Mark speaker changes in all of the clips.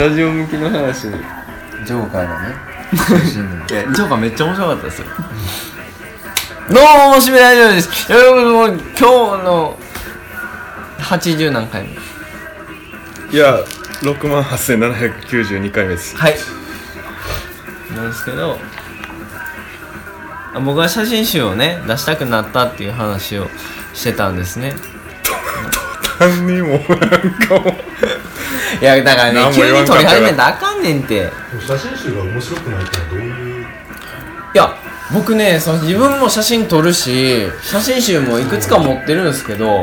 Speaker 1: ラジオ向きの話に
Speaker 2: ジョーカーがね中心に
Speaker 3: ジョーカーめっちゃ面白かったですよどうもしめ大丈夫ですよもう今日の80何回目
Speaker 1: いや6万8792回目です
Speaker 3: はいなんですけどあ僕は写真集をね出したくなったっていう話をしてたんですね
Speaker 1: 単にもうなんかもう
Speaker 3: いやだから
Speaker 1: 何
Speaker 3: ね
Speaker 1: も言
Speaker 3: 急
Speaker 1: わん
Speaker 3: に
Speaker 1: か
Speaker 3: 撮
Speaker 1: った
Speaker 3: り
Speaker 1: ら
Speaker 3: 始めたらあかんねんて
Speaker 4: 写真集が面白くないってのはどういう
Speaker 3: いや僕ねその自分も写真撮るし写真集もいくつか持ってるんですけど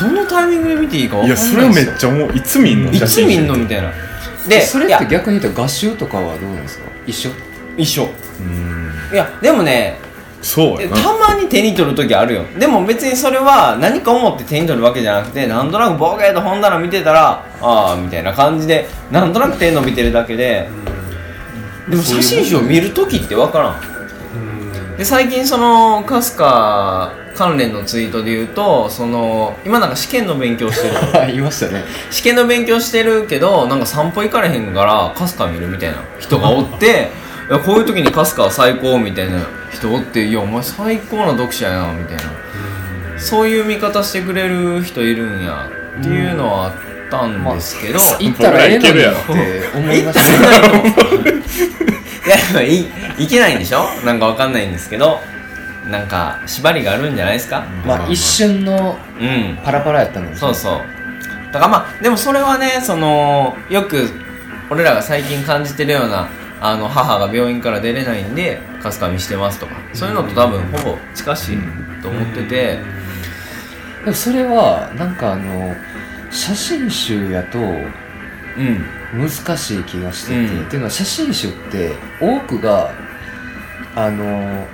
Speaker 3: どのタイミングで見ていいか分
Speaker 1: い
Speaker 3: かんない
Speaker 1: や
Speaker 3: んです
Speaker 1: そ
Speaker 3: よ
Speaker 1: れめっちゃもういつ見んの
Speaker 3: いつ見んの
Speaker 1: う
Speaker 3: みたいなで
Speaker 2: それ
Speaker 3: い
Speaker 2: っ
Speaker 3: や
Speaker 2: て逆に言うと合集とかはどうなんですか一緒
Speaker 3: 一緒
Speaker 1: ーん
Speaker 3: いやでもね
Speaker 1: そうや
Speaker 3: た
Speaker 1: な
Speaker 3: まに手に取る時あるよでも別にそれは何か思って手に取るわけじゃなくてなんとなくボケーと本棚見てたらああみたいな感じでなんとなく手伸びてるだけででも写真集を見る時って分からん
Speaker 4: うん
Speaker 3: で最近そのかすか関連のツイートで言うとその今なんか試験の勉強してる
Speaker 2: 言いましたね
Speaker 3: 試験の勉強してるけどなんか散歩行かれへんからかすか見るみたいな人がおっていやこういう時にかすかは最高みたいな人おっていやお前最高な読者やなみたいなそういう見方してくれる人いるんやっていうのはあったんですけど、い
Speaker 2: 行ったらええのに
Speaker 1: いけるやろ
Speaker 2: って思いましたね
Speaker 3: やいいけないんでしょなんかわかんないんですけどなんか縛りがあるんじゃないですか
Speaker 2: まあ一瞬の
Speaker 3: うん
Speaker 2: パラパラやったのに
Speaker 3: そうそうだからまあでもそれはねそのよく俺らが最近感じてるようなあの母が病院から出れないんでカスタミしてますとかそういうのと多分ほぼ近しいと思ってて
Speaker 2: でもそれはなんかあの写真集やと
Speaker 3: うん
Speaker 2: 難しい気がしてて、
Speaker 3: うん
Speaker 2: っていうのは写真集って多くがあの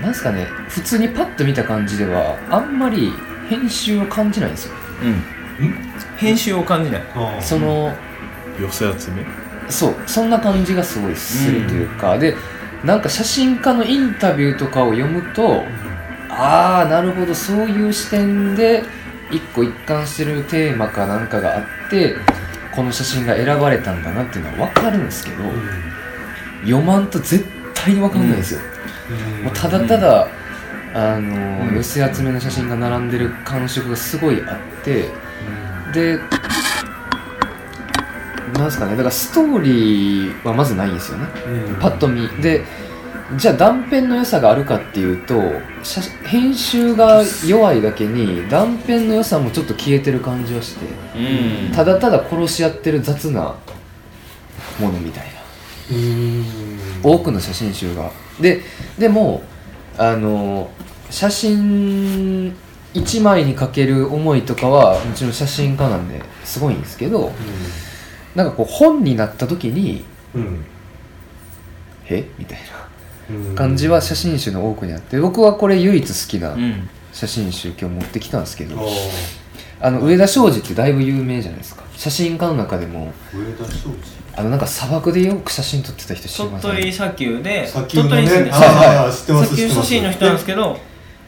Speaker 2: なんすかね普通にパッと見た感じではあんまり編集を感じないんですよ
Speaker 3: うん編集を感じない
Speaker 4: あ
Speaker 2: その
Speaker 1: 寄せ集め
Speaker 2: そうそんな感じがすごいするというか、でなんか写真家のインタビューとかを読むとああなるほどそういう視点で一個一貫してるテーマかなんかがあってこの写真が選ばれたんだなっていうのは分かるんですけど、読まんと絶対に分かんないんですよ、もうただただ、あのー
Speaker 3: うん
Speaker 2: 寄せ集めの写真が並んでる感触がすごいあってでなんですかねだからストーリーはまずないんですよねパッと見でじゃあ断片の良さがあるかっていうと写編集が弱いだけに断片の良さもちょっと消えてる感じはして
Speaker 3: うん
Speaker 2: ただただ殺し合ってる雑なものみたいな多くの写真集がででもあの写真1枚にかける思いとかはもちろん写真家なんですごいんですけどなんかこう本になった時に「えみたいな感じは写真集の多くにあって僕はこれ唯一好きな
Speaker 3: うん
Speaker 2: 写真集今日持ってきたんですけ
Speaker 4: あ
Speaker 2: どあの上田庄司ってだいぶ有名じゃないですか写真家の中でも
Speaker 4: 上田庄
Speaker 2: あのなんか砂漠でよく写真撮ってた人知りま
Speaker 3: 鳥
Speaker 2: せん
Speaker 3: 取砂丘で
Speaker 4: 司
Speaker 3: 鳥
Speaker 4: 砂丘の
Speaker 3: 取に
Speaker 4: ね
Speaker 3: 住んで
Speaker 2: はいはい
Speaker 4: ああ知ってます
Speaker 3: 砂丘出身の人なんですけど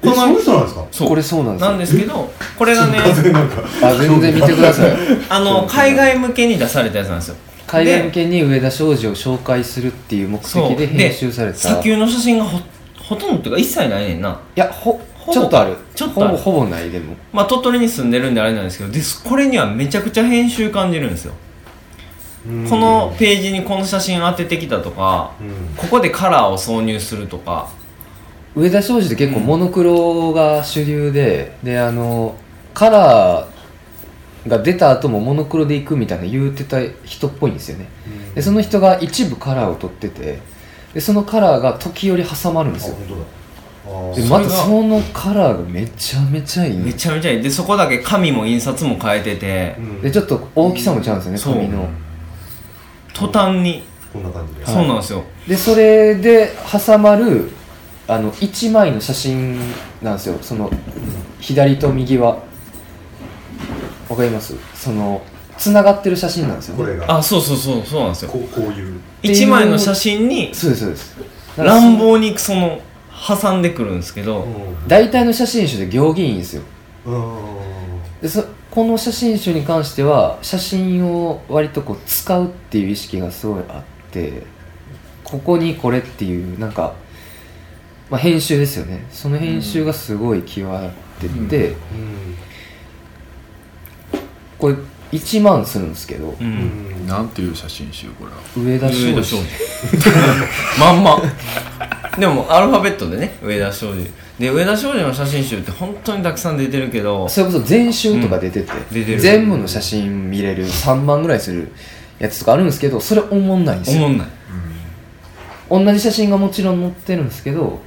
Speaker 4: えその人なんですか
Speaker 3: そう
Speaker 2: これそうなんですよ
Speaker 3: なんですけどこれがね
Speaker 4: 完全になんか
Speaker 2: あ全然見てください
Speaker 3: あの海外向けに出されたやつなんですよ
Speaker 2: 海外向けに上田商事を紹介するっていう目
Speaker 3: そう
Speaker 2: 的で編集された
Speaker 3: 砂
Speaker 2: い
Speaker 3: 丘の写真がほほとんどっていうか一切ないねんな
Speaker 2: やほ
Speaker 3: ほぼ
Speaker 2: ちょっとある
Speaker 3: ちょっとある
Speaker 2: ほぼほぼないでも
Speaker 3: まあ、鳥取に住んでるんであれなんですけどですこれにはめちゃくちゃ編集感じるんですよこのページにこの写真当ててきたとかここでカラーを挿入するとか
Speaker 2: 上田商事って結構
Speaker 3: うん
Speaker 2: モノクロが主流で、であのカラーが出た後もモノクロでいくみたいな言うてた人っぽいんですよねでその人が一部カラーを取っててでそのカラーが時折挟まるんですよ
Speaker 4: 本
Speaker 2: で
Speaker 4: 当だ
Speaker 2: また
Speaker 3: それが
Speaker 2: そのカラーがめちゃめちゃいいん
Speaker 3: め
Speaker 2: です
Speaker 3: ちゃめちゃいいでそこだけ紙も印刷も変えてて
Speaker 2: でちょっと大きさも違うんです
Speaker 3: そう
Speaker 2: よね紙の
Speaker 3: 途端に、
Speaker 4: こんな感じで
Speaker 3: そうなんですよ
Speaker 2: でそれで挟まるあの1枚の写真なんですよその左と右はわかりますそのつながってる写真なんですよ、ね、
Speaker 4: これが
Speaker 3: あそうそうそうそうなんですよ
Speaker 4: こうこういう
Speaker 2: いう
Speaker 3: 一枚の写真に
Speaker 2: そうですそうですだから
Speaker 3: 乱暴にその挟んでくるんですけど
Speaker 2: 大体の写真集で行儀いいんですよ
Speaker 4: うん
Speaker 2: でそこの写真集に関しては写真を割とこう使うっていう意識がすごいあってここにこれっていうなんか、まあ、編集ですよねその編集がすごい際立ってて、これ1万するんですけど、
Speaker 3: うん
Speaker 5: なんていう写真集これは
Speaker 2: 上田
Speaker 3: 上
Speaker 2: 庄
Speaker 3: 田
Speaker 2: 司
Speaker 3: 庄司 まんまでもアルファベットでね上田庄司で上田庄司の写真集って本当にたくさん出てるけど
Speaker 2: それこそ全集とか出てて,、
Speaker 3: 出てる
Speaker 2: 全部の写真見れる3万ぐらいするやつとかあるんですけどそれおもんないんです
Speaker 3: 思
Speaker 2: よ
Speaker 3: んない
Speaker 2: 同じ写真がもちろん載ってるんですけど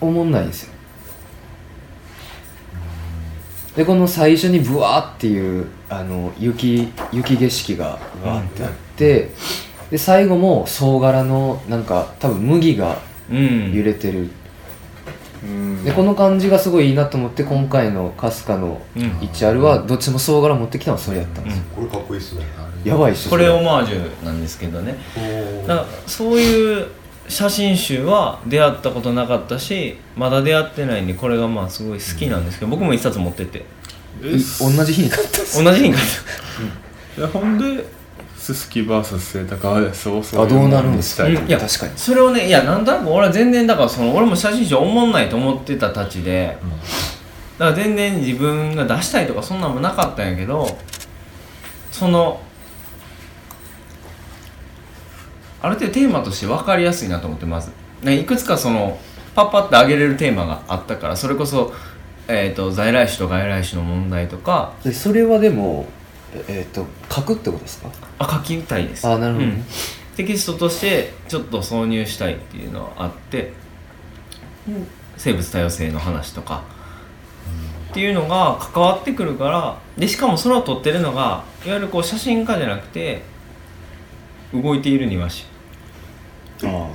Speaker 2: おもんないんですよでこの最初にブワーっていうあの雪雪景色がわーってあってで最後も総柄のなんか多分麦が
Speaker 3: うん
Speaker 2: 揺れてる、
Speaker 1: うん
Speaker 2: でこの感じがすごいいいなと思って今回の春日の
Speaker 3: うん
Speaker 2: 一あるはどっちも総柄持ってきたのはそれやったんですよ、
Speaker 4: これかっこいいっすね
Speaker 2: やばいっしょ
Speaker 3: これ
Speaker 2: そ
Speaker 3: オマージュなんですけどねだ
Speaker 4: お
Speaker 3: からそういう写真集は出会ったことなかったしまだ出会ってないんでこれがまあすごい好きなんですけど僕も一冊持ってて
Speaker 2: い同じ日に買ったんです
Speaker 3: 同じ日に買っ
Speaker 1: でほんでススキ VS 末高でそうそう
Speaker 2: あどうなるんです
Speaker 1: す
Speaker 2: か、
Speaker 1: か
Speaker 3: うんいや
Speaker 2: 確かに
Speaker 3: たそれをねいやなんとなく俺は全然だからその俺も写真集おもんないと思ってたたちでだから全然自分が出したいとかそんなんもなかったんやけどそのある程度テーマとして分かりやすいなと思ってますねいくつかそのパッパッて上げれるテーマがあったからそれこそ、えー、と在来種と外来種の問題とか
Speaker 2: でそれはでもえっ、えーと書くってことですか
Speaker 3: あ書きたいです
Speaker 2: あなるほどね
Speaker 3: うんテキストとしてちょっと挿入したいっていうのはあって、生物多様性の話とか、っていうのが関わってくるからでしかもそれを撮ってるのがいわゆるこう写真家じゃなくて動いている庭師、
Speaker 2: ああ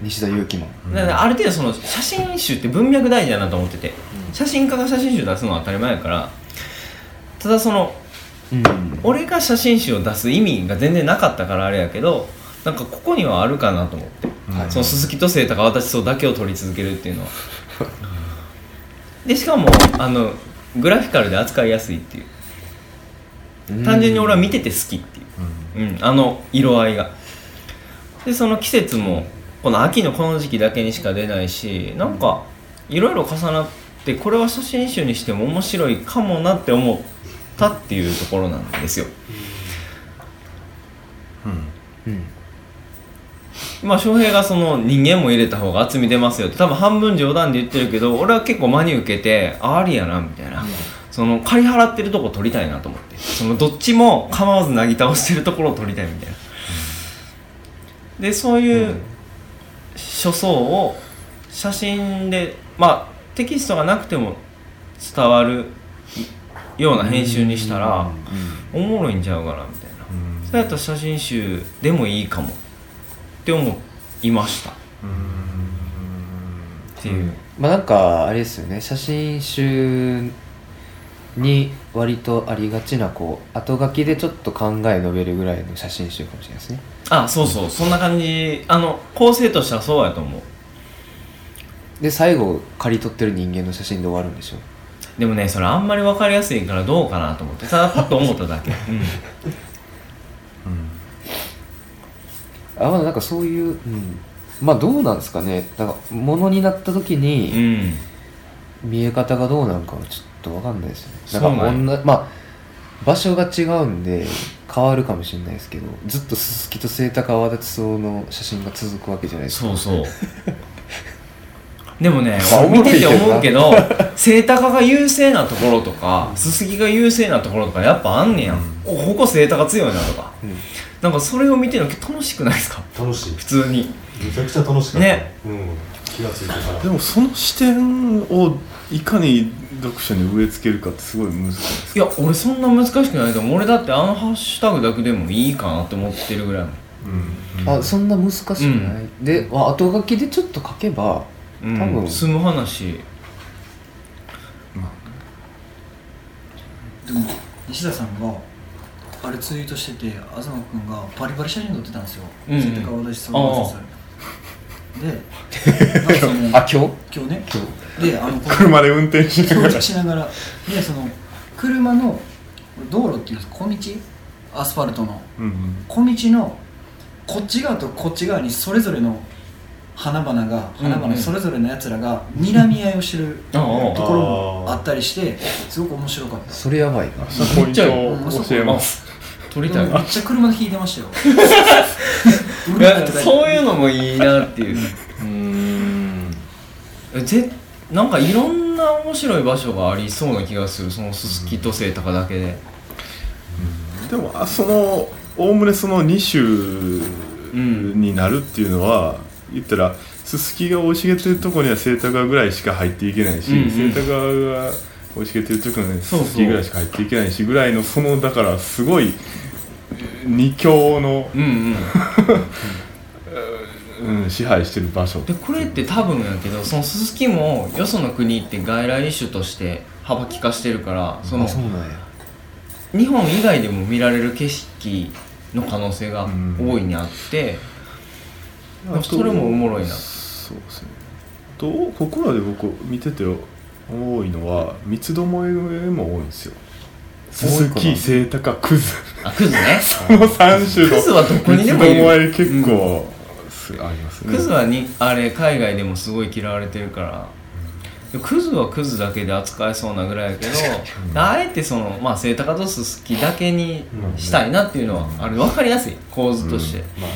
Speaker 2: 西田有紀も
Speaker 3: だからある程度その写真集って文脈大事だなと思ってて、写真家が写真集出すのは当たり前やからただその
Speaker 2: うん
Speaker 3: 俺が写真集を出す意味が全然なかったからあれやけどなんかここにはあるかなと思って、
Speaker 2: はい
Speaker 3: その鈴木と聖太が私そうだけを撮り続けるっていうのはでしかもあのグラフィカルで扱いやすいっていう単純に俺は見てて好きっていう、うんあの色合いがでその季節もこの秋のこの時期だけにしか出ないしなんかいろいろ重なってこれは写真集にしても面白いかもなって思ったっていうところなんですよ
Speaker 2: うん
Speaker 3: まあ翔平がその人間も入れた方が厚み出ますよって多分半分冗談で言ってるけど俺は結構真に受けてあありやなみたいな、その借り払ってるとこ取りたいなと思ってそのどっちも構わずなぎ倒してるところを取りたいみたいな、でそういう書相を写真でまあテキストがなくても伝わるような編集にしたらおもろいんちゃうかなみたいな、そうやったら写真集でもいいかもって思いましたっていう
Speaker 2: まあなんかあれですよね写真集に割とありがちなこう後書きでちょっと考え述べるぐらいの写真集かもしれないですね
Speaker 3: あそうそうそんな感じあの構成としてはそうやと思う
Speaker 2: で最後刈り取ってる人間の写真で終わるんでしょ
Speaker 3: でもねそれあんまり分かりやすいからどうかなと思ってただパッと思っただけ、うん
Speaker 2: あまあなんかそういう、うん、まあどうなんですかねなんかものになった 時
Speaker 3: う
Speaker 2: に
Speaker 3: ん
Speaker 2: 見え方がどうなんかはちょっとわかんないですよね
Speaker 3: そう
Speaker 2: な
Speaker 3: なんん
Speaker 2: か
Speaker 3: や
Speaker 2: 同じまあ場所が違うんで変わるかもしれないですけどずっと鈴木と清高和田津夫の写真が続くわけじゃないですか
Speaker 3: そうそうでも ね
Speaker 2: まあ
Speaker 3: 俺見てて思
Speaker 2: 思
Speaker 3: う
Speaker 2: う
Speaker 3: け
Speaker 2: け
Speaker 3: ど清高が優勢なところとかすすきが優勢なところとかやっぱあんねやん、おここ清高強いなとか、
Speaker 2: うん
Speaker 3: なんかそれを見てるの楽しくないですか
Speaker 4: 楽しい
Speaker 3: 普通に
Speaker 4: めちゃくちゃ楽しかった
Speaker 3: ね
Speaker 4: うん気がついてから
Speaker 1: でもその視点をいかに読者に植え付けるかってすごい難しいで
Speaker 3: い
Speaker 1: す
Speaker 3: や俺そんな難しくないと思う俺だってあのハッシュタグだけでもいいかなって思ってるぐらいの
Speaker 2: あそんな難しくない、であ後書きでちょっと書けば
Speaker 3: うん
Speaker 2: 多分
Speaker 3: 住む話
Speaker 6: でも西田さんがあれツイートしてて東君がバリバリ写真撮ってたんですよ、
Speaker 3: うんうん
Speaker 6: それで顔出しそうな んですよでなんか
Speaker 2: あ今日
Speaker 6: その今日ねであのこ
Speaker 1: 車で運転しなが
Speaker 6: の
Speaker 1: ら
Speaker 6: しながらでその車の道路っていう小道アスファルトの
Speaker 1: うんうん
Speaker 6: 小道のこっち側とこっち側にそれぞれの花々が
Speaker 3: うんうん
Speaker 6: 花々それぞれのやつらが睨み合いをしてると
Speaker 3: ああ
Speaker 6: ころもあったりしてすごく面白かった
Speaker 2: それやばいな
Speaker 1: そこポイントを教えます
Speaker 3: 撮り
Speaker 6: で
Speaker 3: たい
Speaker 6: も
Speaker 3: な
Speaker 6: めっちゃ車で引いて ましたようる
Speaker 3: なん
Speaker 6: う
Speaker 3: か
Speaker 6: る
Speaker 3: そういうのもいいなっていう
Speaker 2: うん
Speaker 3: えぜなんかいろんな面白い場所がありそうな気がするそのすすきと清高だけで
Speaker 1: でもあそのおおむねその2種になるっていうのは、言ったらススキが生い茂ってるとこには清高ぐらいしか入っていけないし、
Speaker 3: うんうん
Speaker 1: 清高が生い茂ってるとこには
Speaker 3: そうそう
Speaker 1: ススキぐらいしか入っていけないしぐらいのそのだからすごい二強の、
Speaker 3: うんうん
Speaker 1: うん、支配してる場所
Speaker 3: でこれって多分やけどそのススキもよその国って外来種として幅利かしてるからその
Speaker 2: あそうなんや
Speaker 3: 日本以外でも見られる景色の可能性が
Speaker 1: うん
Speaker 3: 大いにあって、
Speaker 1: あと
Speaker 3: それもおもろいな
Speaker 1: そうですねあとここらで僕見てて多いのは三つどもえも多いんですよススキ清高クズ
Speaker 3: あクズね
Speaker 1: この三種の
Speaker 3: クズはどこにでもい
Speaker 1: 三つどもえ
Speaker 3: る
Speaker 1: 結構すありますね
Speaker 3: クズはにあれ海外でもすごい嫌われてるからでクズはクズだけで扱えそうなぐらいやけどあえてそのまあセイタカとススキだけにしたいなっていうのはあれ分かりやすい構図として、
Speaker 4: まあ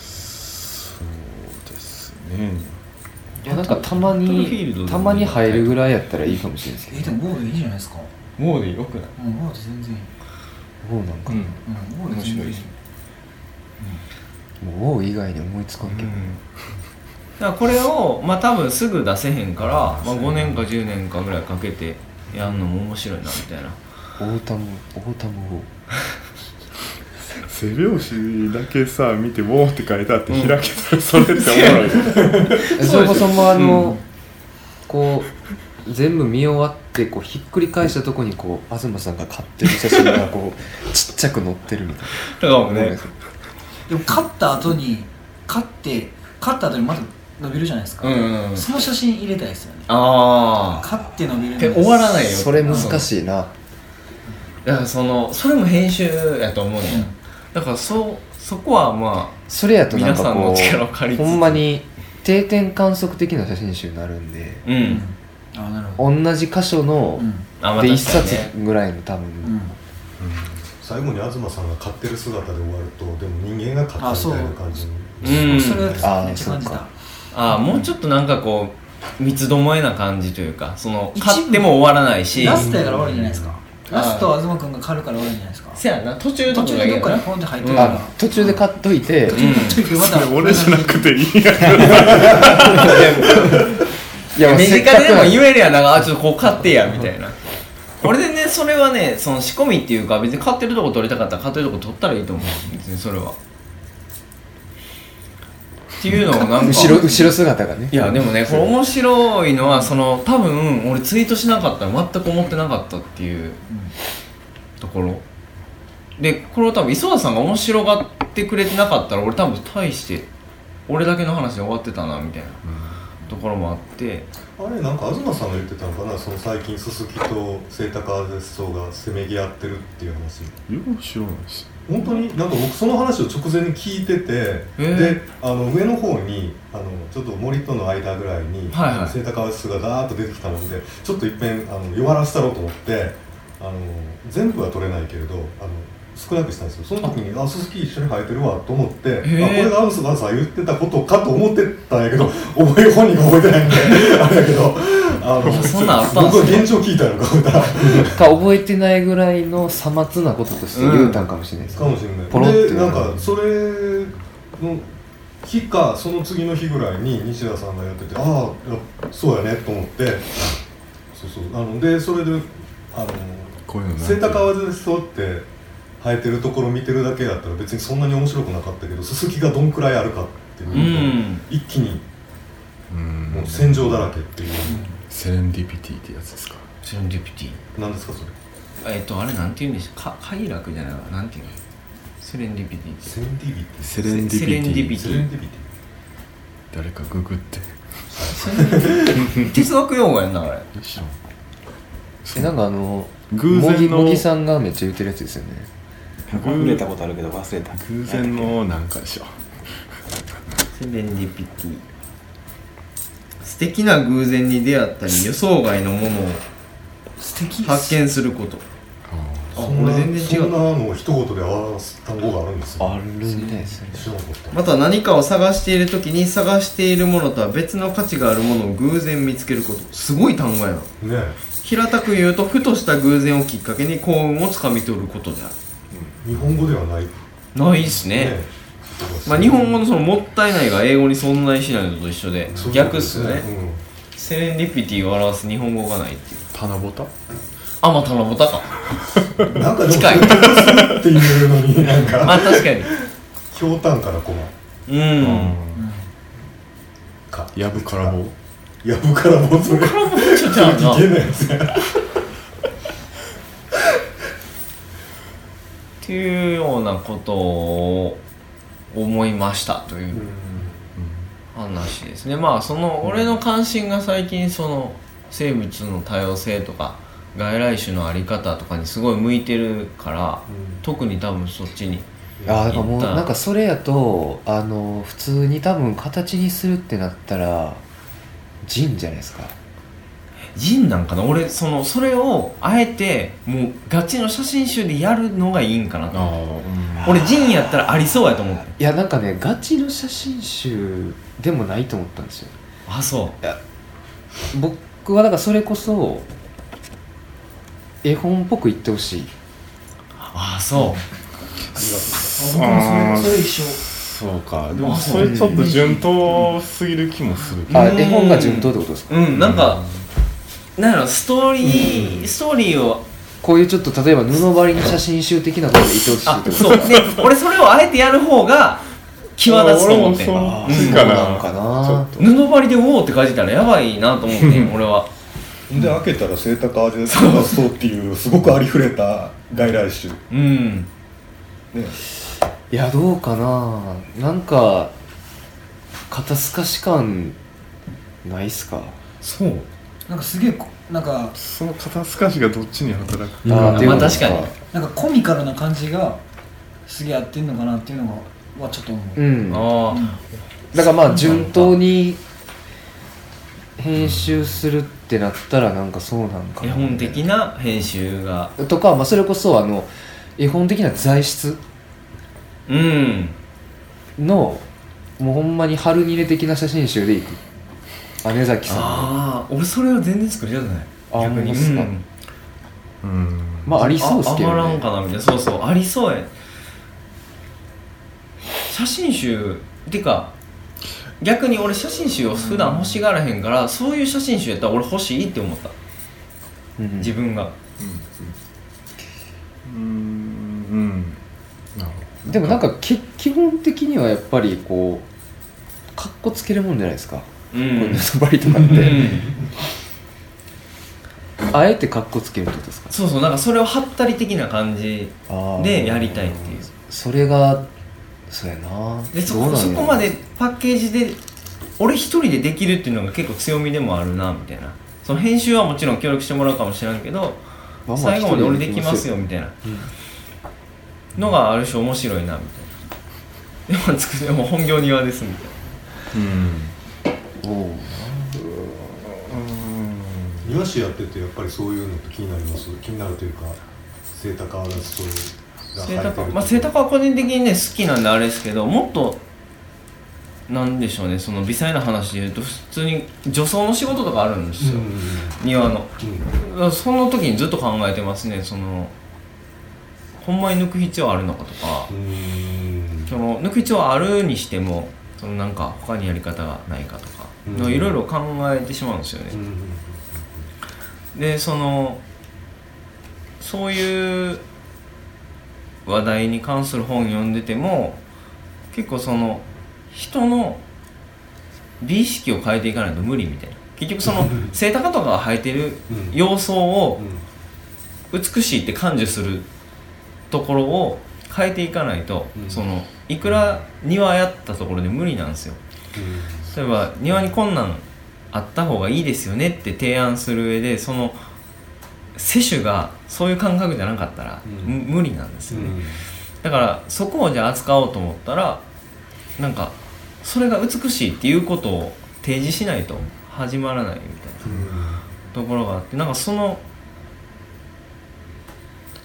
Speaker 1: そうですね
Speaker 2: いやなんかたま
Speaker 3: プロフィールドで
Speaker 2: に
Speaker 3: も
Speaker 2: たまに入るぐらいやったらいいかもしれないです
Speaker 6: え
Speaker 2: け
Speaker 6: で
Speaker 2: ど
Speaker 6: もゴールドいいじゃないですか
Speaker 3: もうでよくない
Speaker 6: うんゴールド全然いい
Speaker 2: 王なんか
Speaker 6: うんゴールド全然いい
Speaker 2: もう王以外に思いつかんけど
Speaker 3: だからこれをまあ多分すぐ出せへんから、まあ、5年か10年かぐらいかけてやるのも面白いなみたいな
Speaker 2: 王タム王タム王
Speaker 1: 背拍子だけさ見て「ウォー」って書いてあって開けたらそれっておもろい
Speaker 2: えそれこそもうあの、こう全部見終わってこうひっくり返したとこにこう東さんが買ってる写真がこ うちっちゃく載ってるみたい
Speaker 3: だからもう
Speaker 2: な、
Speaker 3: ね
Speaker 6: でも勝った後に勝って勝った後にまた伸びるじゃないですか、
Speaker 3: うんうんうん
Speaker 6: その写真入れたいですよね
Speaker 3: ああ
Speaker 6: 勝って伸びるの
Speaker 3: で終わらないよ
Speaker 2: それ難しいな、
Speaker 3: だからそのそれも編集やと思うね、ん、だからそそこはまあ
Speaker 2: それやとなんかこ
Speaker 3: 皆さんの力を借
Speaker 2: う
Speaker 3: りつつ
Speaker 2: ほんまに定点観測的な写真集になるんで
Speaker 3: うん、
Speaker 6: うんあなるほ
Speaker 2: 同じ箇所
Speaker 6: ど
Speaker 2: の
Speaker 6: うん、
Speaker 3: あまあ
Speaker 2: で一
Speaker 3: 確かに
Speaker 2: 冊
Speaker 3: ね
Speaker 2: ぐらいの多
Speaker 6: う
Speaker 2: 分
Speaker 6: ん、
Speaker 4: 最後に東さんが買ってる姿で終わるとでも人間が買ったみたいな感じに
Speaker 3: うん
Speaker 6: それは
Speaker 2: あー
Speaker 6: めっちゃ感じ
Speaker 2: そう
Speaker 6: た
Speaker 2: か
Speaker 3: ああもうちょっとなんかこう三つどもえな感じというかその
Speaker 6: 一部
Speaker 3: 買っても終わらないし
Speaker 6: ラストやから終わるじゃないですか
Speaker 3: ん
Speaker 6: ラスト東君が狩るから終わるじゃないですか
Speaker 3: せやな途中と
Speaker 6: 途
Speaker 3: か
Speaker 6: 中
Speaker 3: が
Speaker 6: で
Speaker 3: いい
Speaker 6: どっ
Speaker 3: や
Speaker 6: か
Speaker 3: な
Speaker 6: にポンって入ってるから
Speaker 2: あ途中で買っといて、
Speaker 6: 途中で途中でまた
Speaker 1: 俺じゃなくていいや
Speaker 2: いや
Speaker 3: 身
Speaker 2: せ
Speaker 3: 近
Speaker 2: っかく
Speaker 3: ででも
Speaker 2: なんで
Speaker 3: 言えるやんなんかあちょっとこう買ってやみたいな俺でねそれはねその仕込みっていうか別に買ってるとこ取りたかったら買ってるとこ取ったらいいと思う別にそれはっていうのをなんか
Speaker 2: 後ろ後ろ姿がね
Speaker 3: いやでもねこれ面白いのはその多分俺ツイートしなかったら全く思ってなかったっていうところでこれを多分磯田さんが面白がってくれてなかったら俺多分大して俺だけの話で終わってたなみたいなところもあって
Speaker 4: あれなんか東さんが言ってたのかなその最近ススキとセイタカアゼスソがせめぎ合ってるっていう話
Speaker 1: 知らないし
Speaker 4: 本当になんか僕その話を直前に聞いてて、
Speaker 3: ー
Speaker 4: であの上の方にあのちょっと森との間ぐらいに、
Speaker 3: はいはい
Speaker 4: セイタカアゼスソがダーッと出てきたもんでちょっといっぺんあの弱らせたろうと思ってあの全部は取れないけれどあの少なくしたんですよその時にあススキ一緒に生えてるわと思ってあこ
Speaker 3: ー
Speaker 4: れがアウスがさ言ってたことかと思ってたんやけど 覚え本人が覚えてないんであれやけどあの
Speaker 3: そんなんあったんすね
Speaker 4: 僕は現状聞いたのか歌
Speaker 2: か覚えてないぐらいのさまつなこととして言うたんかもしれないです
Speaker 4: か
Speaker 2: ね、
Speaker 4: もしれない
Speaker 2: ポロって
Speaker 4: でなんかそれの日かその次の日ぐらいに西田さんがやっててああいやそうやねと思ってそうそうあのでそれであの
Speaker 1: こういうの
Speaker 4: セイタカワでそうって生えてるところ見てるだけだったら別にそんなに面白くなかったけどススキがどんくらいあるかっていう
Speaker 3: う
Speaker 4: と、
Speaker 3: ん
Speaker 4: 一気に
Speaker 1: うん
Speaker 4: もう戦場だらけっていう、
Speaker 1: セレンディピティってやつですか
Speaker 3: セレンディピティ
Speaker 4: なんですかそれ
Speaker 3: えっ、とあれなんて言うんでしょうか快楽じゃないわなんて言うのセレンディピティ って
Speaker 4: セレンディビテ
Speaker 1: セレンディピティ
Speaker 3: セレンディピ
Speaker 4: ィ
Speaker 3: ティ
Speaker 4: セレンディビテ
Speaker 1: 誰かググって
Speaker 3: 哲学用語やんなあれ
Speaker 1: 知らん
Speaker 2: えなんかあの
Speaker 1: 偶然の
Speaker 2: 茂木茂木さんがめっちゃ言ってるやつですよね
Speaker 7: 触れたことあるけど忘れた
Speaker 1: 偶然のなんかでしょ
Speaker 3: セレンディピティ素敵な偶然に出会ったり予想外のものを
Speaker 6: 素 敵
Speaker 3: 発見することあ
Speaker 4: そん
Speaker 3: 俺
Speaker 4: な
Speaker 3: 全然違
Speaker 4: そん
Speaker 3: う
Speaker 4: なのを一言で表す単語があるんですよ
Speaker 2: あるみたいですね
Speaker 4: 知らなかった
Speaker 3: また何かを探している時に探しているものとは別の価値があるものを偶然見つけることすごい単語やな
Speaker 4: ね
Speaker 3: 平たく言うとふとした偶然をきっかけに幸運をつかみ取ることである
Speaker 4: え日本語ではないね
Speaker 3: ないっすね
Speaker 4: え
Speaker 3: まあ、日本語のその「もったいない」が英語に存在しないのと一緒で
Speaker 4: そういうこ
Speaker 3: 逆
Speaker 4: と
Speaker 3: っ
Speaker 4: です
Speaker 3: よね、
Speaker 4: うん
Speaker 3: セレンディピティを表す日本語がないっていう
Speaker 1: 七夕
Speaker 3: あまたのぼたか
Speaker 4: なんかでも
Speaker 3: 近い
Speaker 4: 説得するっていうのになん
Speaker 3: ま
Speaker 4: か
Speaker 3: あ確かに
Speaker 4: ひょうたんからこま
Speaker 3: うん
Speaker 4: か
Speaker 1: やぶからぼう
Speaker 4: やぶからぼそれ
Speaker 3: これもうちょっとあるな
Speaker 4: 聞けないやつや
Speaker 3: っていうようなことを思いましたという話ですねまあその俺の関心が最近その生物の多様性とか外来種のあり方とかにすごい向いてるから特に多分そっちに
Speaker 2: あーだからもう
Speaker 3: 言った
Speaker 2: なんかそれやとあの普通に多分形にするってなったらジンじゃないですか
Speaker 3: 人なんかな俺そのそれをあえてもうガチの写真集でやるのがいいんかなと思って俺人やったらありそうやと思って
Speaker 2: いやなんかねガチの写真集でもないと思ったんですよ
Speaker 3: あそ
Speaker 2: 僕はだからそれこそ絵本っぽく言ってほしいう
Speaker 3: あそ
Speaker 6: あ僕もそれそれ一緒
Speaker 1: そうかでもそれちょっと順当すぎる気もするけど
Speaker 2: あ
Speaker 3: うん
Speaker 2: 絵本が順当ってことですか
Speaker 3: ううんなんかなんやろストーリーストーリーを
Speaker 2: こういうちょっと例えば布張りの写真集的なことで言ってほしい
Speaker 3: あ
Speaker 2: ってこと
Speaker 3: そう で俺それをあえてやる方が際立つと思って
Speaker 1: 俺も
Speaker 3: 布
Speaker 1: そううんか
Speaker 2: なのかな
Speaker 1: ちょっと
Speaker 3: 張りで「おお」って書いてたらやばいなと思ってん俺は
Speaker 4: で開けたらセイタカアジ探そうっていうすごくありふれた外来種
Speaker 3: うん
Speaker 2: いやどうかななんか肩透かし感ないっすか
Speaker 3: そう
Speaker 6: なんかすげえこなんか
Speaker 1: その肩透かしがどっちに働く
Speaker 2: あーっていう
Speaker 3: ま
Speaker 2: の
Speaker 3: あ
Speaker 2: が
Speaker 3: 確かに
Speaker 6: なんかコミカルな感じがすげえ合ってんのかなっていうのはちょっと思う、
Speaker 2: うん
Speaker 3: ああ
Speaker 2: だからまあ順当に編集するってなったらなんかそうなんか
Speaker 3: 絵
Speaker 2: な
Speaker 3: 本的な編集が
Speaker 2: とか、まあ、それこそあの絵本的な材質
Speaker 3: うん
Speaker 2: のもうほんまに春に入れ的な写真集でいく姉崎さんの
Speaker 3: ああ俺それは全然作りたくない
Speaker 2: あ
Speaker 3: 逆に
Speaker 2: ほんまっすか
Speaker 3: ん
Speaker 1: うん
Speaker 2: まあありそうっすけ
Speaker 3: あ余
Speaker 2: ど
Speaker 3: らん
Speaker 2: ね
Speaker 3: かなみたいなそうそうありそうや写真集てか逆に俺写真集を普段欲しがらへんから、そういう写真集やったら俺欲しいって思った、
Speaker 2: うん
Speaker 3: 自分が
Speaker 1: うんうんなるほ
Speaker 2: でもなんかき基本的にはやっぱりこうかっこつけるもんじゃないですか、
Speaker 3: うん
Speaker 2: こういうのそばりとかっ
Speaker 3: う
Speaker 2: て
Speaker 3: ん
Speaker 2: あえてかっこつけるってことですか
Speaker 3: そうそうなんかそれをはったり的な感じでやりたいっていう
Speaker 2: それがそうやな
Speaker 3: でそ
Speaker 2: どう
Speaker 3: こ
Speaker 2: なんや
Speaker 3: そ
Speaker 2: ろ
Speaker 3: こまでパッケージで俺一人でできるっていうのが結構強みでもあるなみたいなその編集はもちろん協力してもらうかもしれんけど
Speaker 2: まあまあ
Speaker 3: 最後まで俺できますよみたいなのがある種面白いなみたいなでも作っても本業庭ですみたい
Speaker 1: どうん
Speaker 2: おう
Speaker 4: 庭師やっててやっぱりそういうのって気になります気になるというかセイタカアジそういう
Speaker 3: な
Speaker 4: が
Speaker 3: 背
Speaker 4: 生えて
Speaker 3: 高
Speaker 4: る
Speaker 3: まあ背高は個人的にね好きなんであれですけどもっとなんでしょうねその微細な話で言うと普通に女装の仕事とかあるんで
Speaker 4: うん
Speaker 3: す
Speaker 4: う
Speaker 3: よ
Speaker 4: んうん
Speaker 3: 庭の
Speaker 4: うん
Speaker 3: その時にずっと考えてますねそのほんまに抜く必要あるのかとか
Speaker 4: うん
Speaker 3: その抜く必要はあるにしてもそのなんか他にやり方がないかとか
Speaker 4: うん
Speaker 3: のいろいろ考えてしまうんですよ
Speaker 4: う
Speaker 3: ね、
Speaker 4: ん
Speaker 3: でそのそういう話題に関する本読んでても結構その人の美意識を変えていかないと無理みたいな結局そ の背高とかが生えてる
Speaker 4: うん
Speaker 3: 様相を
Speaker 4: うん
Speaker 3: 美しいって感受するところを変えていかないと、
Speaker 4: うん
Speaker 3: そのいくら庭やったところで無理なんですよ例えば庭にこんなんあった方がいいですよねって提案する上でその世主がそういう感覚じゃなかったら、
Speaker 4: うん
Speaker 3: む無理なんです
Speaker 4: う
Speaker 3: よね、
Speaker 4: ん
Speaker 3: だからそこをじゃあ扱おうと思ったらなんかそれが美しいっていうことを提示しないと始まらないみたいなところがあってなんかその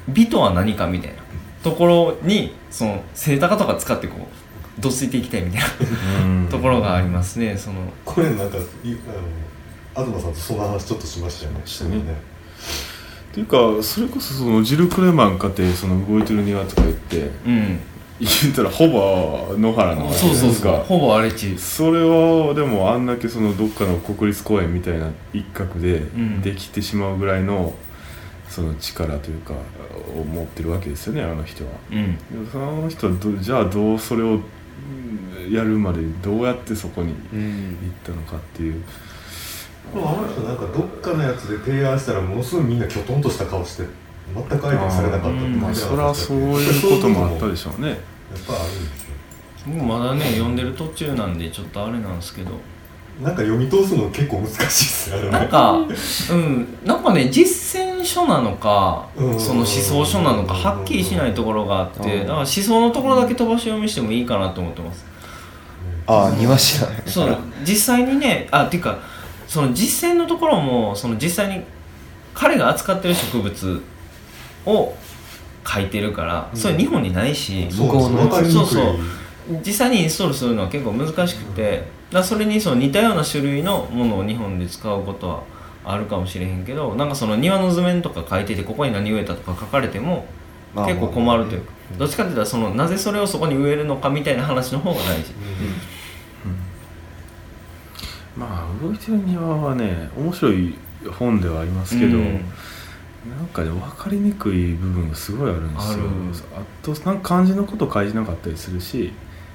Speaker 3: 美とは何かみたいなところにその背高とか使ってこうどついていきたいみたいなところがありますねその
Speaker 4: これなんかいあの東さんとその話ちょっとしましたよね
Speaker 1: したねっていうかそれこそそのジル・クレマンかてその動いてる庭とか言って
Speaker 3: うん
Speaker 1: 言ったらほぼ野原の
Speaker 3: そうそうそう
Speaker 1: か
Speaker 3: ほぼ荒れ地
Speaker 1: それはでもあんだけそのどっかの国立公園みたいな一角で
Speaker 3: ん
Speaker 1: できてしまうぐらいのその力というかを持ってるわけですよねあの人は。
Speaker 3: うん
Speaker 1: でもその人はどじゃあどうそれをうんやるまでどうやってそこに行
Speaker 2: うん
Speaker 1: ったのかっていう
Speaker 4: でもあの人なんかどっかのやつで提案したらものすごいみんなきょとんとした顔して全くアイデアされなかったって
Speaker 3: うん
Speaker 1: まあ
Speaker 4: 書いて
Speaker 1: そ
Speaker 4: あ
Speaker 1: り
Speaker 4: るん
Speaker 1: ゃ
Speaker 4: です
Speaker 1: そう
Speaker 4: よ
Speaker 1: いうこともあったで
Speaker 4: そ
Speaker 1: しょうね
Speaker 4: ういうのもやっぱあるんですよ
Speaker 3: 僕まだね読んでる途中なんでちょっとあれなんですけど
Speaker 4: なんか読み通すの結構難しいっすよね
Speaker 3: なんかうんなんかね実践書なのか
Speaker 4: うん
Speaker 3: その思想書なのかはっきりしないところがあってだから思想のところだけ飛ばし読みしてもいいかなと思ってます
Speaker 2: ああ庭師だね
Speaker 3: そう実際にねあっていうかその実践のところもその実際に彼が扱ってる植物を書いてるからそれ日本にないし、
Speaker 4: そう
Speaker 2: 向こうの
Speaker 4: わかりにくい
Speaker 3: そうそう実際にインストールするのは結構難しくてだからそれにその似たような種類のものを日本で使うことはあるかもしれへんけどなんかその庭の図面とか書いててここに何植えたとか書かれても
Speaker 2: まあ
Speaker 3: 結構困るというかどっちかっていうとそのなぜそれをそこに植えるのかみたいな話の方が大事
Speaker 1: まあ動いてる庭はね面白い本ではありますけど、
Speaker 3: うん
Speaker 1: なんかね分かりにくい部分がすごいあるんですよあとなんか漢字のこと書いてなかったりするし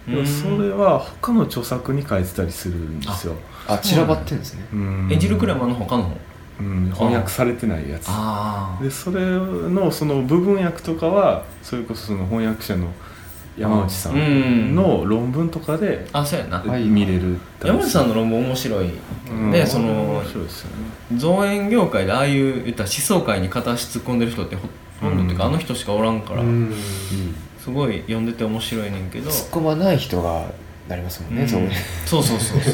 Speaker 1: で
Speaker 3: う
Speaker 1: も
Speaker 3: ん
Speaker 1: それは他の著作に書いてたりするんですよ
Speaker 2: あ散らばってるんですね
Speaker 1: うん
Speaker 3: エジルクレマの他の方
Speaker 1: うん翻訳されてないやつ
Speaker 3: あ
Speaker 1: でそれのその部分訳とかはそれこそその翻訳者の山内さ
Speaker 3: うんん
Speaker 1: の論文とかで
Speaker 3: あそうやな
Speaker 2: はい
Speaker 1: 見れる
Speaker 3: 山内さんの論文面白い
Speaker 1: うん
Speaker 3: ねその
Speaker 1: 面白いですよね
Speaker 3: 造園業界でああいう言ったら思想界に片足突っ込んでる人ってほほとんどっていうか、
Speaker 1: うん
Speaker 3: あの人しかおらんから、
Speaker 4: うん
Speaker 3: すごい読んでて面白いねん けど、
Speaker 2: 突っ込まない人がなりますもんね、
Speaker 3: うん
Speaker 2: そう
Speaker 3: そうそうそ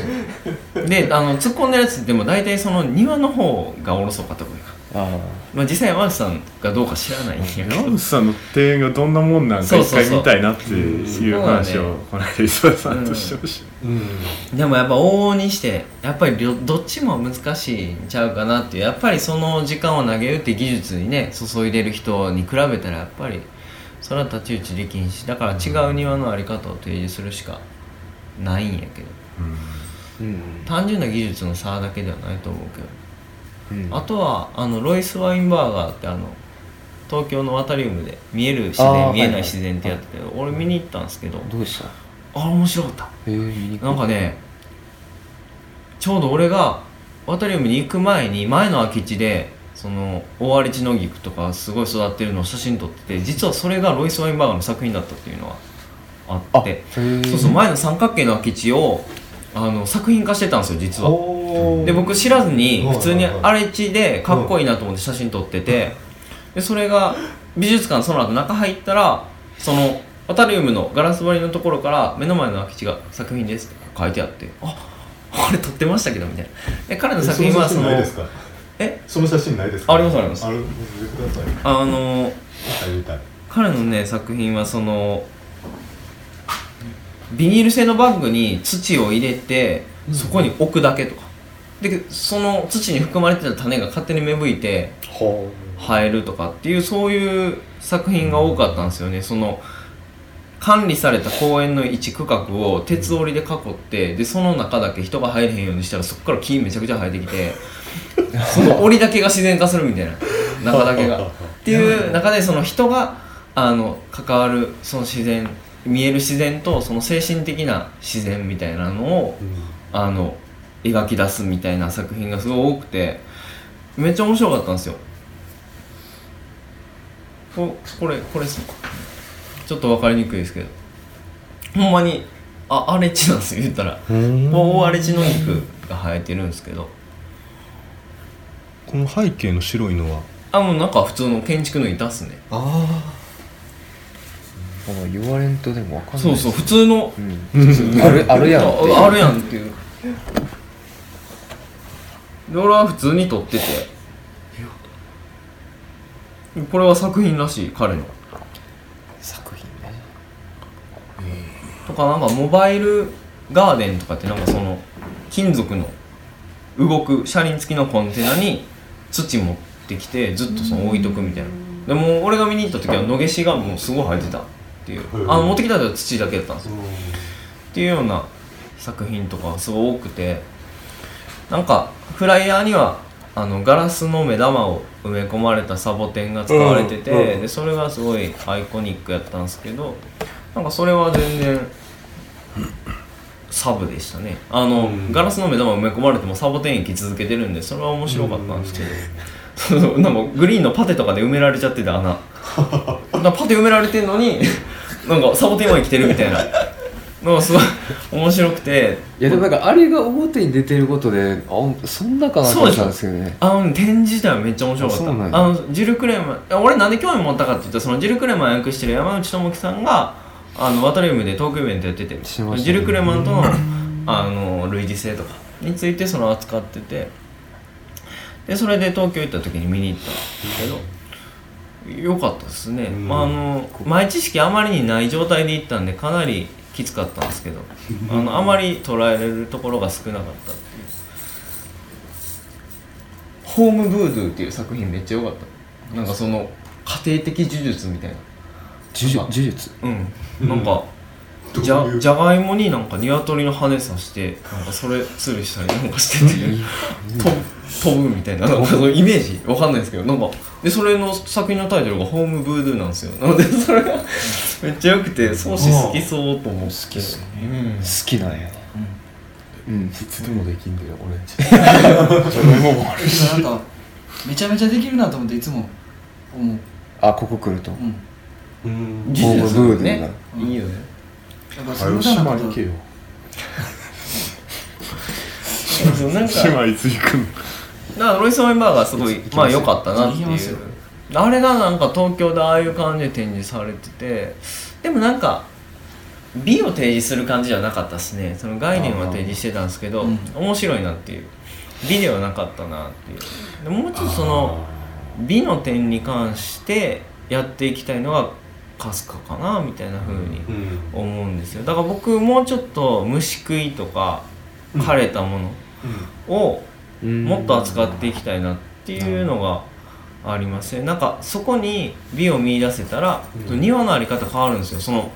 Speaker 3: うそうであの突っ込んでるやつでも大体その庭の方がおろそかとか、
Speaker 2: あ
Speaker 3: まあ、実際山内さんがどうか知らないんやけど
Speaker 1: 山口さんの庭園がどんなもんなんか
Speaker 3: そう
Speaker 1: 一
Speaker 3: そう
Speaker 1: 回
Speaker 3: そう
Speaker 1: 見たいなっていう話
Speaker 3: そうだ
Speaker 1: をこの間磯田さんとしてほしい、
Speaker 4: うん
Speaker 3: でもやっぱ往々にしてやっぱりりょどっちも難しいんちゃうかなっていうやっぱりその時間を投げ打って技術にね注いでる人に比べたらやっぱりそれは太刀打ちできんしだから違う庭の在り方を提示するしかないんやけど
Speaker 2: うんうん
Speaker 3: 単純な技術の差だけではないと思うけど
Speaker 2: うん
Speaker 3: あとはあのロイス・ワインバーガーってあの東京のワタリウムで見える自
Speaker 2: あーはいは
Speaker 3: 然
Speaker 2: い
Speaker 3: 見えない自然ってやってて俺見に行ったんですけど
Speaker 2: どうでした
Speaker 3: あれ面白かった
Speaker 2: えー、見にくい
Speaker 3: なんかねちょうど俺がワタリウムに行く前に前の空き地でその大荒地の菊とかすごい育ってるのを写真撮ってて実はそれがロイス・ワインバーガーの作品だったっていうのはあ
Speaker 2: あ
Speaker 3: って
Speaker 2: へー
Speaker 3: そうそう前の三角形の空き地をあの作品化してたんですよ実は
Speaker 4: おー
Speaker 3: で僕知らずに
Speaker 4: はい
Speaker 3: 普通に荒れ地でかっこいいなと思って写真撮っててでそれが美術館その後中入ったらそのアタリウムのガラス張りのところから目の前の空き地が作品ですって書いてあってああれ撮ってましたけどみたいなで彼の作品はその
Speaker 4: えその写真ないですか
Speaker 3: えあ
Speaker 4: その写真ないですか
Speaker 3: りますあります
Speaker 4: ある見せてください
Speaker 3: あの
Speaker 4: 見たい
Speaker 3: 彼のね作品はそのビニール製のバッグに土を入れてそこに置くだけとかでその土に含まれてた種が勝手に芽吹いて生えるとかっていうそういう作品が多かったんですよねその管理された公園の一区画を鉄折りで囲ってでその中だけ人が入れへんようにしたらそこから木めちゃくちゃ生えてきてその折りだけが自然化するみたいな中だけ が。っていう中でその人があの関わるその自然見える自然とその精神的な自然みたいなのをあの描き出すみたいな作品がすごい多くてめっちゃ面白かったんですよここれこれですちょっと分かりにくいですけどほんまにあ荒れ地なんですよ言ったら大荒れ地の肉が生えてるんですけど
Speaker 4: この背景の白いのは
Speaker 3: あもうなんか普通の建築の板っすね
Speaker 4: あ
Speaker 2: お前言われんとでもわかんない
Speaker 3: そうそう普通の
Speaker 2: うん あるあるやんっていう
Speaker 3: ああるやんっていうで俺は普通に撮っててこれは作品らしい彼の
Speaker 2: 作品ね
Speaker 3: とかなんかモバイルガーデンとかってなんかその金属の動く車輪付きのコンテナに土持ってきてずっとその置いとくみたいなでもう俺が見に行った時は野毛しがもうすごい生えてたっていう
Speaker 4: うん
Speaker 3: あの持ってきた時は土だけだったんです
Speaker 4: あ、
Speaker 3: っていうような作品とかがすごい多くてなんかフライヤーにはあのガラスの目玉を埋め込まれたサボテンが使われてて、
Speaker 4: うんうん
Speaker 3: でそれがすごいアイコニックやったんですけどなんかそれは全然サブでしたねあの、
Speaker 4: うん
Speaker 3: ガラスの目玉埋め込まれてもサボテン液続けてるんでそれは面白かったんですけど。そうそう なんかグリーンのパテとかで埋められちゃってた穴なんかパテ埋められてんのに なんかサボテンは生きてるみたいなのがすごい面白くて
Speaker 2: いやでもなんかあれが表に出てることであそんなかなと思ってたんですけどね
Speaker 3: あの展示自体はめっちゃ面白かっ
Speaker 2: あそうなんや
Speaker 3: たあのジル・クレーマーいや俺なんで興味持ったかっていうとそのジル・クレーマー役してる山内智樹さんがあのワタリウムでトークイベントやってて、
Speaker 2: してましたね
Speaker 3: ジル・クレーマーとのあの類似性とかについてその扱っててでそれで東京行った時に見に行ったんですけど良かったですね、
Speaker 4: うん
Speaker 3: まあ、あの前知識あまりにない状態で行ったんでかなりきつかったんです けどあのあまり捉えれるところが少なかったっていう「ホームブードゥ」っていう作品めっちゃ良かったなんかその家庭的呪術みたいな
Speaker 2: 呪術呪術
Speaker 3: うんなんか、じゃ
Speaker 4: どういう
Speaker 3: じゃがいもになんか鶏の羽刺してなんかそれ吊るしたりなんかしてて飛ぶ飛ぶみたいななんかそのイメージわかんないですけどなんかでそれの作品のタイトルが「ホームブードゥ」なんですよなのでそれがめっちゃ良くて創始好きそうと思って好きですね
Speaker 2: 好きなんやうん
Speaker 5: つでもできんだよ俺
Speaker 6: なんかめちゃめちゃできるなと思っていつも思う、
Speaker 2: あここ来ると
Speaker 6: うん、
Speaker 4: うん
Speaker 2: ホームブードゥー
Speaker 3: ね
Speaker 2: が
Speaker 3: いいよね
Speaker 6: だからそ
Speaker 5: 早
Speaker 6: う
Speaker 5: う
Speaker 6: だ
Speaker 5: 島
Speaker 6: な
Speaker 5: 行
Speaker 6: と
Speaker 5: けよ
Speaker 3: そうなんか
Speaker 1: 島いつ行くの
Speaker 3: だからロイス・オインバーガーすごいまあ良かったなって
Speaker 6: 行きます
Speaker 3: い
Speaker 6: よ
Speaker 3: うあれがなんか東京でああいう感じで展示されててでもなんか美を提示する感じじゃなかったですねその概念は提示してたんですけど、
Speaker 6: うん
Speaker 3: 面白いなっていう美ではなかったなっていうでもうちょっとその美の点に関してやっていきたいのが春日かなみたいな風に
Speaker 4: うん
Speaker 3: 思うんですよだから僕もうちょっと虫食いとか枯れたものを、もっと扱っていきたいなっていうのがありますねなんかそこに美を見出せたら、
Speaker 4: うん
Speaker 3: 庭のあり方変わるんですよその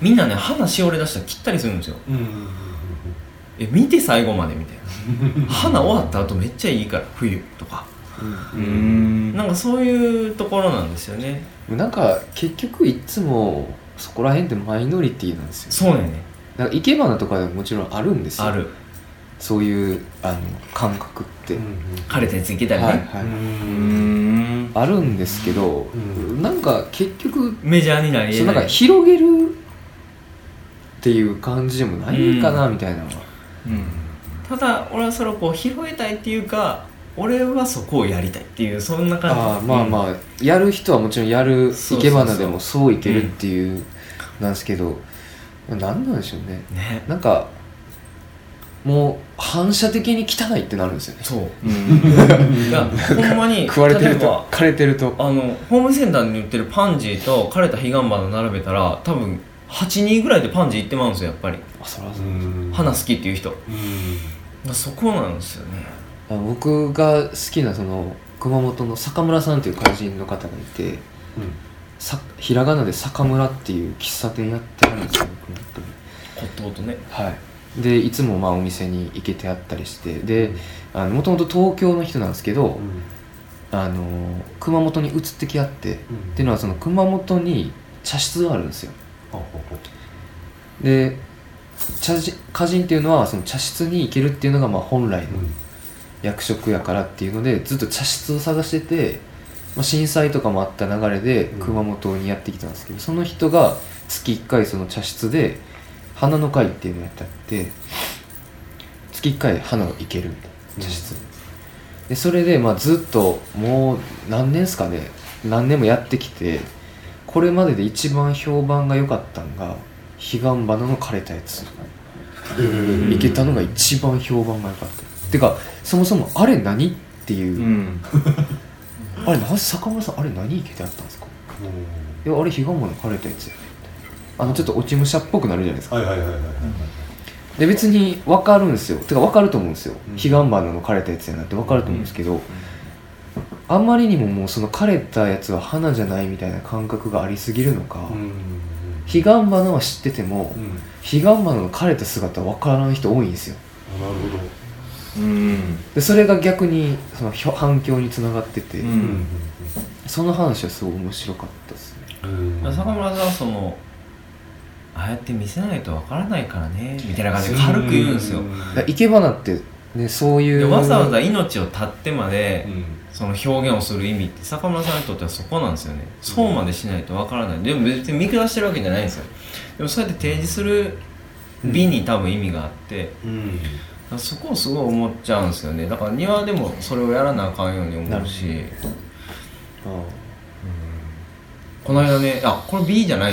Speaker 3: みんなね花しおれ出したら切ったりするんですよ
Speaker 4: うんうん
Speaker 3: え見て最後までみたいな 花終わった後めっちゃいいから冬とか
Speaker 2: うん
Speaker 3: なんかそういうところなんですよね
Speaker 2: なんか結局いつもそこら辺ってマイノリティなんですよ
Speaker 3: そうやね
Speaker 2: なんか生け花とかでももちろんあるんですよ
Speaker 3: ある
Speaker 2: そういうあの感覚って、
Speaker 4: うん
Speaker 3: 枯れたやついけたりね、
Speaker 2: はいはい、
Speaker 5: うん
Speaker 2: あるんですけど、
Speaker 4: ん
Speaker 2: なんか結局
Speaker 3: メジャーになり
Speaker 2: そ
Speaker 3: え
Speaker 2: うなん
Speaker 3: な
Speaker 2: か
Speaker 3: い
Speaker 2: 広げるっていう感じでもないかなみたいなのは、
Speaker 3: ただ俺はそれをこう拾えたいっていうか俺はそこをやりたいっていうそんな感じ
Speaker 2: あーまあ
Speaker 3: うん
Speaker 2: まあ、やる人はもちろんやる
Speaker 3: そうそ
Speaker 2: 生
Speaker 3: うそう
Speaker 2: け花でもそういけるっていうなんですけど、なんなんでしょうね
Speaker 3: ね
Speaker 2: なんかもう反射的に汚いってなるんですよね
Speaker 3: そう
Speaker 4: うん
Speaker 3: いやほんまに
Speaker 2: 食われてる
Speaker 3: 例え
Speaker 2: と
Speaker 3: ば
Speaker 2: 枯れてると
Speaker 3: あのホームセンターに売ってるパンジーと枯れた彼岸花並べたら多分8人ぐらいでパンジー行ってまうんですよやっぱり
Speaker 2: あそらそう
Speaker 4: うん
Speaker 3: 花好きっていう人
Speaker 4: うん
Speaker 3: そこなんですよね
Speaker 2: あの僕が好きなその熊本の坂村さんという歌人の方がいて
Speaker 4: うん
Speaker 2: さひらがなで坂村っていう喫茶店やってはるんですよ僕本当に
Speaker 3: コットコトね
Speaker 2: はいでいつもまあお店に行けてあったりしてでもともと東京の人なんですけど、あの熊本に移ってきあってっていうのはその熊本に茶室があるんですよ
Speaker 4: ほうほうほう
Speaker 2: で茶人歌人っていうのはその茶室に行けるっていうのがまあ本来の役職やからっていうのでずっと茶室を探してて、まあ、震災とかもあった流れで
Speaker 4: うん
Speaker 2: 熊本にやってきたんですけど、その人が月1回その茶室で花の会っていうのをやってあって月1回花を生けるみたいな茶室に、でそれでまあずっともう何年ですかね何年もやってきてこれまでで一番評判が良かったのが彼岸花の枯れたやついけたのが一番評判が良かったてかそもそもあれ何っていう、
Speaker 5: うん
Speaker 2: あれな坂村さんあれ何いけてあったんですかいやあれ彼岸花の枯れたやつやねあのちょっと落ち武者っぽくなるじゃないですか
Speaker 4: はいはいはいはい
Speaker 2: で別に分かるんですよてか分かると思うんですよ彼岸花の枯れたやつやなって分かると思うんですけど、あんまりにももうその枯れたやつは花じゃないみたいな感覚がありすぎるのか、
Speaker 4: うん
Speaker 2: 彼岸花は知ってても、
Speaker 4: うんなる
Speaker 2: 彼岸花の枯れた姿分からない人多いんですよ
Speaker 4: ほど
Speaker 5: うん
Speaker 2: でそれが逆にそのひょ反響につながってて、
Speaker 5: うん
Speaker 2: その話はすごい面白かったですね
Speaker 4: うん
Speaker 3: 坂村さんはそのああやって見せないとわからないからねみたいな感じで軽く言うんですよ
Speaker 2: だから生け花ってねそうい
Speaker 3: で
Speaker 2: う
Speaker 3: わざわざ命を絶ってまで
Speaker 4: うん
Speaker 3: その表現をする意味って坂村さんにとってはそこなんですよねそうまでしないとわからないでも別に見下してるわけじゃないんですよでもそうやって提示する美に多分意味があって、
Speaker 4: うん
Speaker 3: だからそこをすごい思っちゃうんですよねだから庭でもそれをやらなあかんように思うし
Speaker 2: うん
Speaker 3: この間ねあこれ B じゃないん